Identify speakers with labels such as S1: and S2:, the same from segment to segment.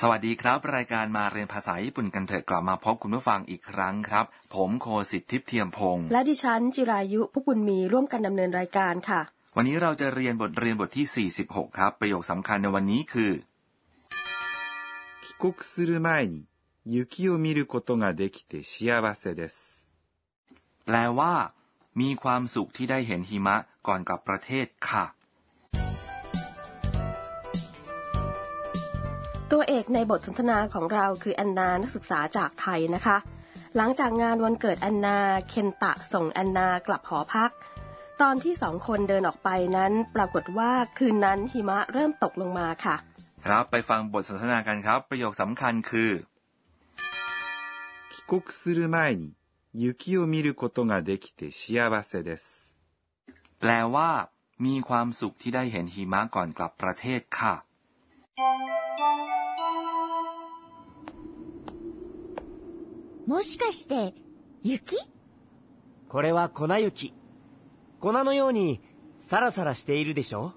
S1: สวัสดีครับ รายการมาเรียนภาษาญี่ปุ่นกันเถอะกลับมาพบคุณผู้ฟังอีกครั้งครับ ผมโคสิทธิ์ทิพย์เทียมพงศ์
S2: และดิฉันจิรายุผู้บุญมีร่วมกันดำเนินรายการค่ะ
S1: วันนี้เราจะเรียนบทเรียนบทที่ 46 ครับ ประโยคสำคัญในวันนี้คือ
S3: 帰国する前に雪を見ることができて幸せです。
S1: แปลว่า มีความสุขที่ได้เห็นหิมะก่อนกลับประเทศค่ะ
S2: ตัวเอกในบทสนทนาของเราคือแอนนานักศึกษาจากไทยนะคะ หลังจากงานวันเกิดแอนนาเคนตะส่งแอนนากลับหอพัก ตอนที่สองคนเดินออกไปนั้นปรากฏว่าคืนนั้นหิมะเริ่มตกลงมาค่ะ
S1: ครับไปฟังบทสนทนากันครับ ประโยคสำคัญคือ
S3: 帰国する前に雪を見ることができて幸せです。
S1: แปลว่า มีความสุขที่ได้เห็นหิมะก่อนกลับประเทศค่ะ
S4: もしかして、雪
S5: これは粉雪。粉のようにサラサラしているでしょ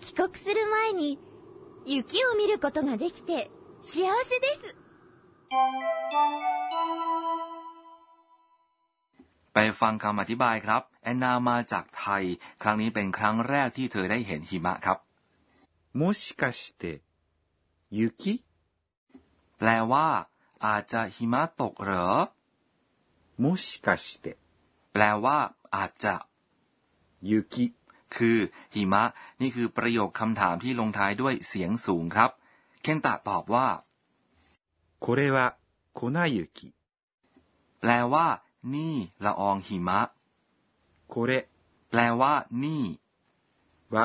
S4: 帰国する前に、雪を見ることができて、幸せです。
S1: ไปฟังคำอธิบายครับ แอนนามาจากไทย ครั้งนี้เป็นครั้งแรกที่เธอได้เห็นหิมะครับ
S3: もしかして、雪
S1: แปลว่า อาจจะหิมะตกเหรอ
S3: もしかして、
S1: แปลว่า อาจจะ
S3: 雪。
S1: คือหิมะ นี่คือประโยคคำถามที่ลงท้ายด้วยเสียงสูงครับ เคนตะตอบว่า
S3: これは粉雪。
S1: แปลว่า นี่ละอองหิมะ
S3: これ
S1: แปลว่า นี่
S3: は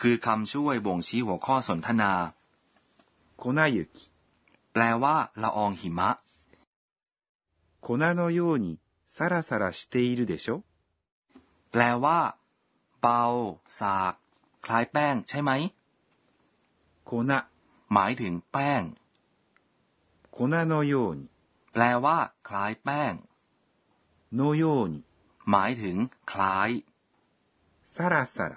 S1: คือคำช่วยบ่งชี้หัวข้อสนทนา
S3: 粉雪。
S1: แปลว่า ละอองหิมะ
S3: 粉のようにサラサラしているでしょ
S1: แปลว่า เบา สาก คล้ายแป้งใช่ไหม
S3: 粉、
S1: หมายถึงแป้ง
S3: 粉のように、
S1: แปลว่า คล้ายแป้ง
S3: のように、
S1: หมายถึง คล้าย
S3: サラサラ、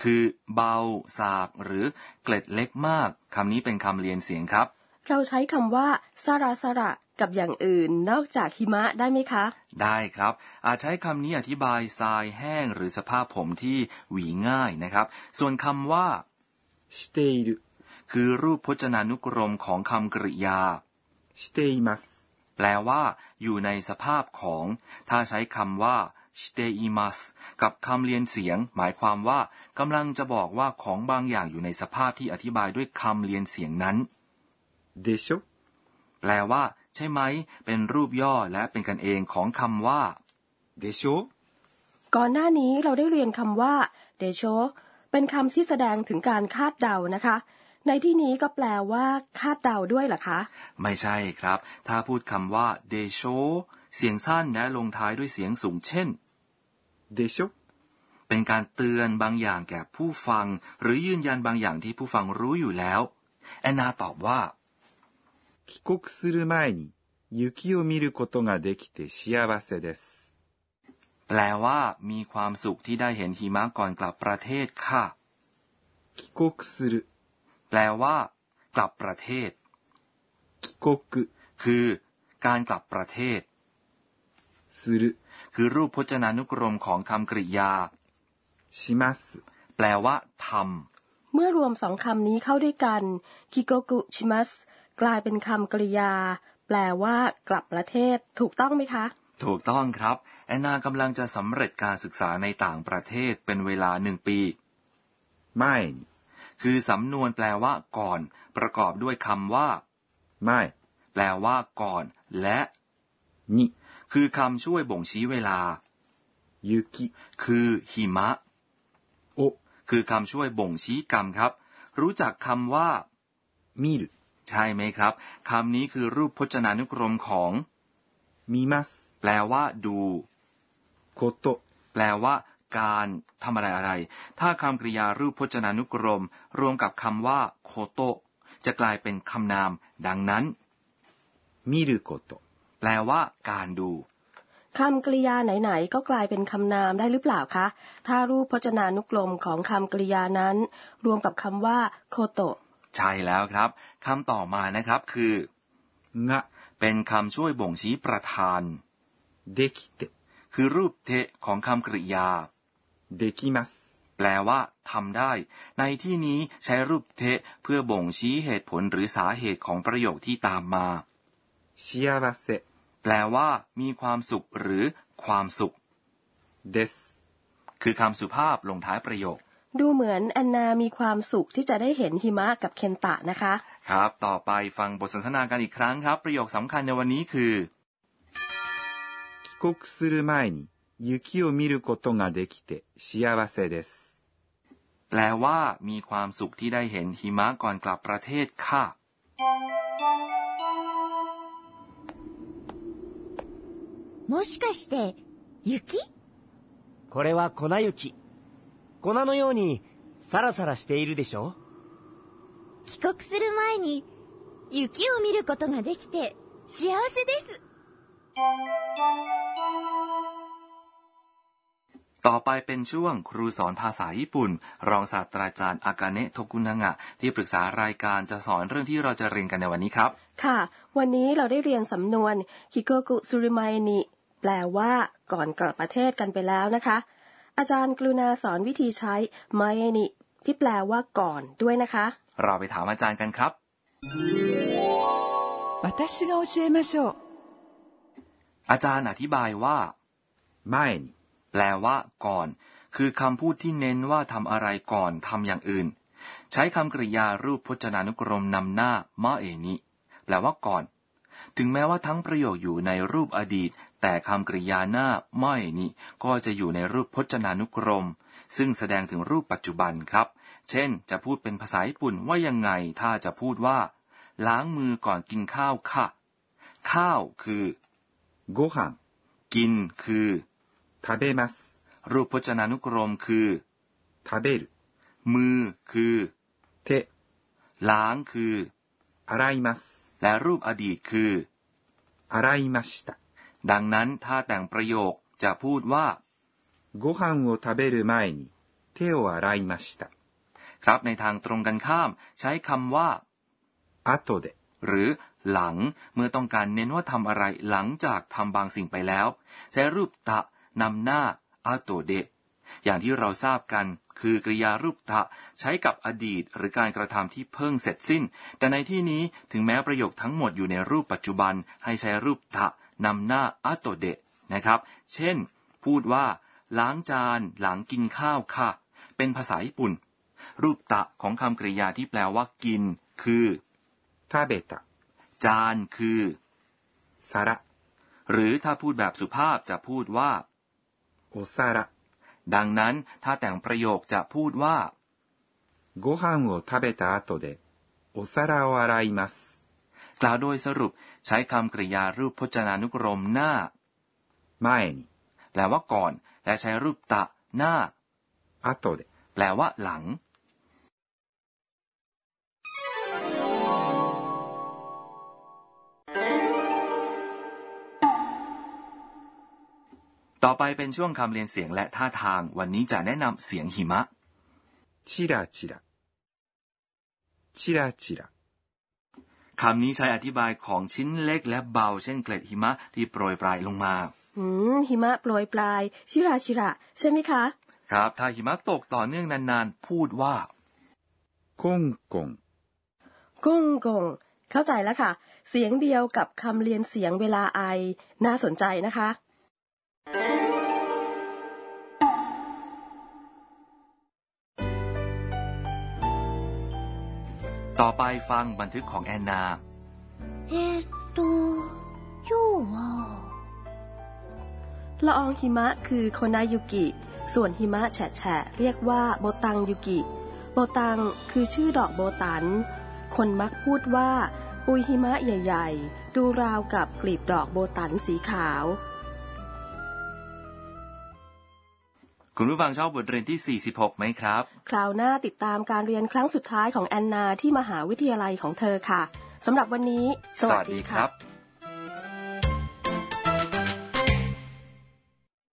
S1: คือเบา สาก หรือเกล็ดเล็กมากคำนี้เป็นคำเรียนเสียงครับ
S2: เราใช้คำว่าสาราสระกับอย่างอื่น นอกจากหิมะได้ไหมคะ
S1: ได้ครับ อาจใช้คำนี้อธิบายทรายแห้ง หรือสภาพผมที่หวีง่ายนะครับ ส่วนคำว่า
S3: している、
S1: คือรูปพจนานุกรมของคำกริยา
S3: しています。
S1: แปลว่า อยู่ในสภาพของ ถ้าใช้คำว่า stay i m a s กับคำเรียนเสียง หมายความว่ากำลังจะบอกว่าของบางอย่างอยู่ในสภาพที่อธิบายด้วยคำเรียนเสียงนั้น
S3: でしょ
S1: แปลว่า ใช่ไหม เป็นรูปย่อและเป็นกันเองของคำว่า
S3: でしょ
S2: ก่อนหน้านี้เราได้เรียนคำว่าเดโชเป็นคำที่แสดงถึงการคาดเดานะคะ ในที่นี้ก็แปลว่า คาดเดาด้วยเหรอคะ
S1: ไม่ใช่ครับ ถ้าพูดคำว่า เดโช เสียงสั้นและลงท้ายด้วยเสียงสูงเช่น
S3: でしょ
S1: เป็นการเตือนบางอย่างแก่ผู้ฟัง หรือยืนยันบางอย่างที่ผู้ฟังรู้อยู่แล้ว แอนนาตอบว่า
S3: 帰国する前に雪を見ることができて幸せです。
S1: แปลว่า มีความสุขที่ได้เห็นหิมะก่อนกลับประเทศค่ะ
S3: 帰国する、
S1: แปลว่า กลับประเทศ
S3: 帰国
S1: คือ การกลับประเทศ
S3: する、
S1: คือรูปพจนานุกรมของคำกริยา
S3: します。
S1: แปลว่าท
S2: เมื่อรวมสองคำนี้เข้าด้วยกันคิโกกุชิมัสกลายเป็นคำกริยา แปลว่ากลับประเทศ ถูกต้องไหมคะ
S1: ำถูกต้องครับ แอนนากำลังจะสำเร็จการศึกษาในต่างประเทศเป็นเวลาหนึ่งปี
S3: 前に、
S1: คือสำนวนแปลว่า ก่อน ประกอบด้วยคำว่า
S3: 前
S1: แปลว่า ก่อน และ
S3: に、
S1: คือคำช่วยบ่งชี้เวลา
S3: 雪
S1: คือหิมะ
S3: を
S1: คือคำช่วยบ่งชี้กรรมครับ รู้จักคำว่า
S3: 見る、
S1: ใช่ไหมครับคำนี้คือรูปพจนานุกรมของ
S3: 見ます、
S1: แปลว่า ดู
S3: こと、
S1: แปลว่า การทำอะไรอะไร ถ้าคำกริยารูปพจนานุกรม รวมกับคำว่าโคโตะจะกลายเป็นคำนาม ดังนั้น
S3: 見ること、
S1: แปลว่า การดู
S2: คำกริยาไหนๆ ก็กลายเป็นคำนามได้หรือเปล่าคะ ถ้ารูปพจนานุกรมของคำกริยานั้น รวมกับคำว่าโคโตะ
S1: ใช่แล้วครับคำต่อมานะครับคือ
S3: が
S1: เป็นคำช่วยบ่งชี้ประธาน
S3: できて
S1: คือรูปเทของคำกริยา
S3: できます
S1: แปลว่าทำได้ ในที่นี้ใช้รูปเทเพื่อบ่งชี้เหตุผลหรือสาเหตุของประโยคที่ตามมา
S3: 幸せ
S1: แปลว่า มีความสุขหรือความสุข
S3: です
S1: คือคำสุภาพลงท้ายประโยค
S2: ดูเหมือนแอนนามีความสุขที่จะได้เห็นหิมะกับเคนตะนะคะ
S1: ครับ ต่อไปฟังบทสนทนากันอีกครั้งครับ ประโยคสำคัญในวันนี้คือ
S3: 帰国する前に雪を見ることができて幸せです
S1: แปลว่า มีความสุขที่ได้เห็นหิมะก่อนกลับประเทศค่ะ
S4: もしかして雪
S5: これは粉雪粉のようにサラサラしているでしょ
S4: 帰国する前に雪を見ることができて幸せです
S1: ต่อไปเป็นช่วงครูสอนภาษาญี่ปุ่น รองศาสตราจารย์อากาเนะโทกุนางะ ที่ปรึกษารายการจะสอนเรื่องที่เราจะเรียนกันในวันนี้ครับ
S2: ค่ะ วันนี้เราได้เรียนสำนวนฮิโกกุสุริมายนิแปลว่าก่อนกลับประเทศกันไปแล้วนะคะ อาจารย์กรุณาสอนวิธีใช้ไมนิที่แปลว่าก่อนด้วยนะคะ
S1: เราไปถามอาจารย์กันครับ
S6: 私が教えましょう
S1: อาจารย์อธิบายว่า
S3: 前に
S1: แปลว่า ก่อน คือคำพูดที่เน้นว่าทำอะไรก่อนทำอย่างอื่น ใช้คำกริยารูปพจนานุกรมนำหน้ามาเอนิแปลว่าก่อน ถึงแม้ว่าทั้งประโยคอยู่ในรูปอดีต แต่คำกริยาหน้ามาเอนิก็จะอยู่ในรูปพจนานุกรม ซึ่งแสดงถึงรูปปัจจุบันครับ เช่น จะพูดเป็นภาษาญี่ปุ่นว่ายังไง ถ้าจะพูดว่า ล้างมือก่อนกินข้าวค่ะ ข้าวคือ
S3: ご飯
S1: กินคือ
S3: 食べます
S1: รูปพจนานุกรมคือ
S3: 食べる
S1: มือคือ
S3: 手
S1: ล้างคือ
S3: 洗います
S1: และรูปอดีตคือ
S3: 洗いました
S1: ดังนั้นถ้าแต่งประโยคจะพูดว่า
S3: ご飯を食べる前に手を洗いました
S1: ครับในทางตรงกันข้าม ใช้คำว่า
S3: 後で
S1: หรือ หลัง เมื่อต้องการเน้นว่าทำอะไรหลังจากทำบางสิ่งไปแล้ว ใช้รูปตะนำหน้าอาโตเดะอย่างที่เราทราบกัน คือกริยารูปตะ ใช้กับอดีต หรือการกระทำที่เพิ่งเสร็จสิ้น แต่ในที่นี้ถึงแม้ประโยคทั้งหมดอยู่ในรูปปัจจุบัน ให้ใช้รูปตะนำหน้าอาโตเดะนะครับ เช่น พูดว่า ล้างจาน หลังกินข้าวค่ะ เป็นภาษาญี่ปุ่น รูปตะของคำกริยาที่แปลว่า กิน คือ
S3: 食べた
S1: จานคือ
S3: 皿
S1: หรือถ้าพูดแบบสุภาพจะพูดว่า
S3: お皿
S1: ดังนั้นถ้าแต่งประโยคจะพูดว่า
S3: ご飯を食べた後でお皿を洗います
S1: กล่าวโดยสรุปใช้คำกริยารูปพจนานุกรมหน้า
S3: 前に
S1: แปลว่าก่อน และใช้รูปตะหน้า
S3: 後で
S1: แปลว่าหลัง ต่อไปเป็นช่วงคำเรียนเสียงและท่าทาง วันนี้จะแนะนำเสียงหิมะ
S3: チラチラチラチラ
S1: คำนี้ใช้อธิบายของชิ้นเล็กและเบา เช่นเกล็ดหิมะที่โปรยปลายลงมา
S2: อืมหิมะโปรยปลาย ชิราชิระใช่ไหมคะ
S1: ครับ ถ้าหิมะตกต่อเนื่องนานๆ พูดว่า
S3: コンコン
S2: กุ้งกง เข้าใจแล้วค่ะ เสียงเดียวกับคำเรียนเสียงเวลาไอ น่าสนใจนะคะ
S1: ต่อไปฟังบันทึกของแอนนา
S4: えー、っと今日は
S2: ละอองหิมะคือโคนายุกิ ส่วนหิมะแฉะแฉะเรียกว่าโบตังยุกิ โบตังคือชื่อดอกโบตัน คนมักพูดว่า ปุยหิมะใหญ่ๆ ดูราวกับกลีบดอกโบตันสีขาว
S1: คุณผู้ฟังชอบบทเรียนที่ 46 ไหมครับ
S2: คราวหน้าติดตามการเรียนครั้งสุดท้ายของแอนนาที่มหาวิทยาลัยของเธอค่ะสำหรับวันนี้
S1: สวัสดีครับ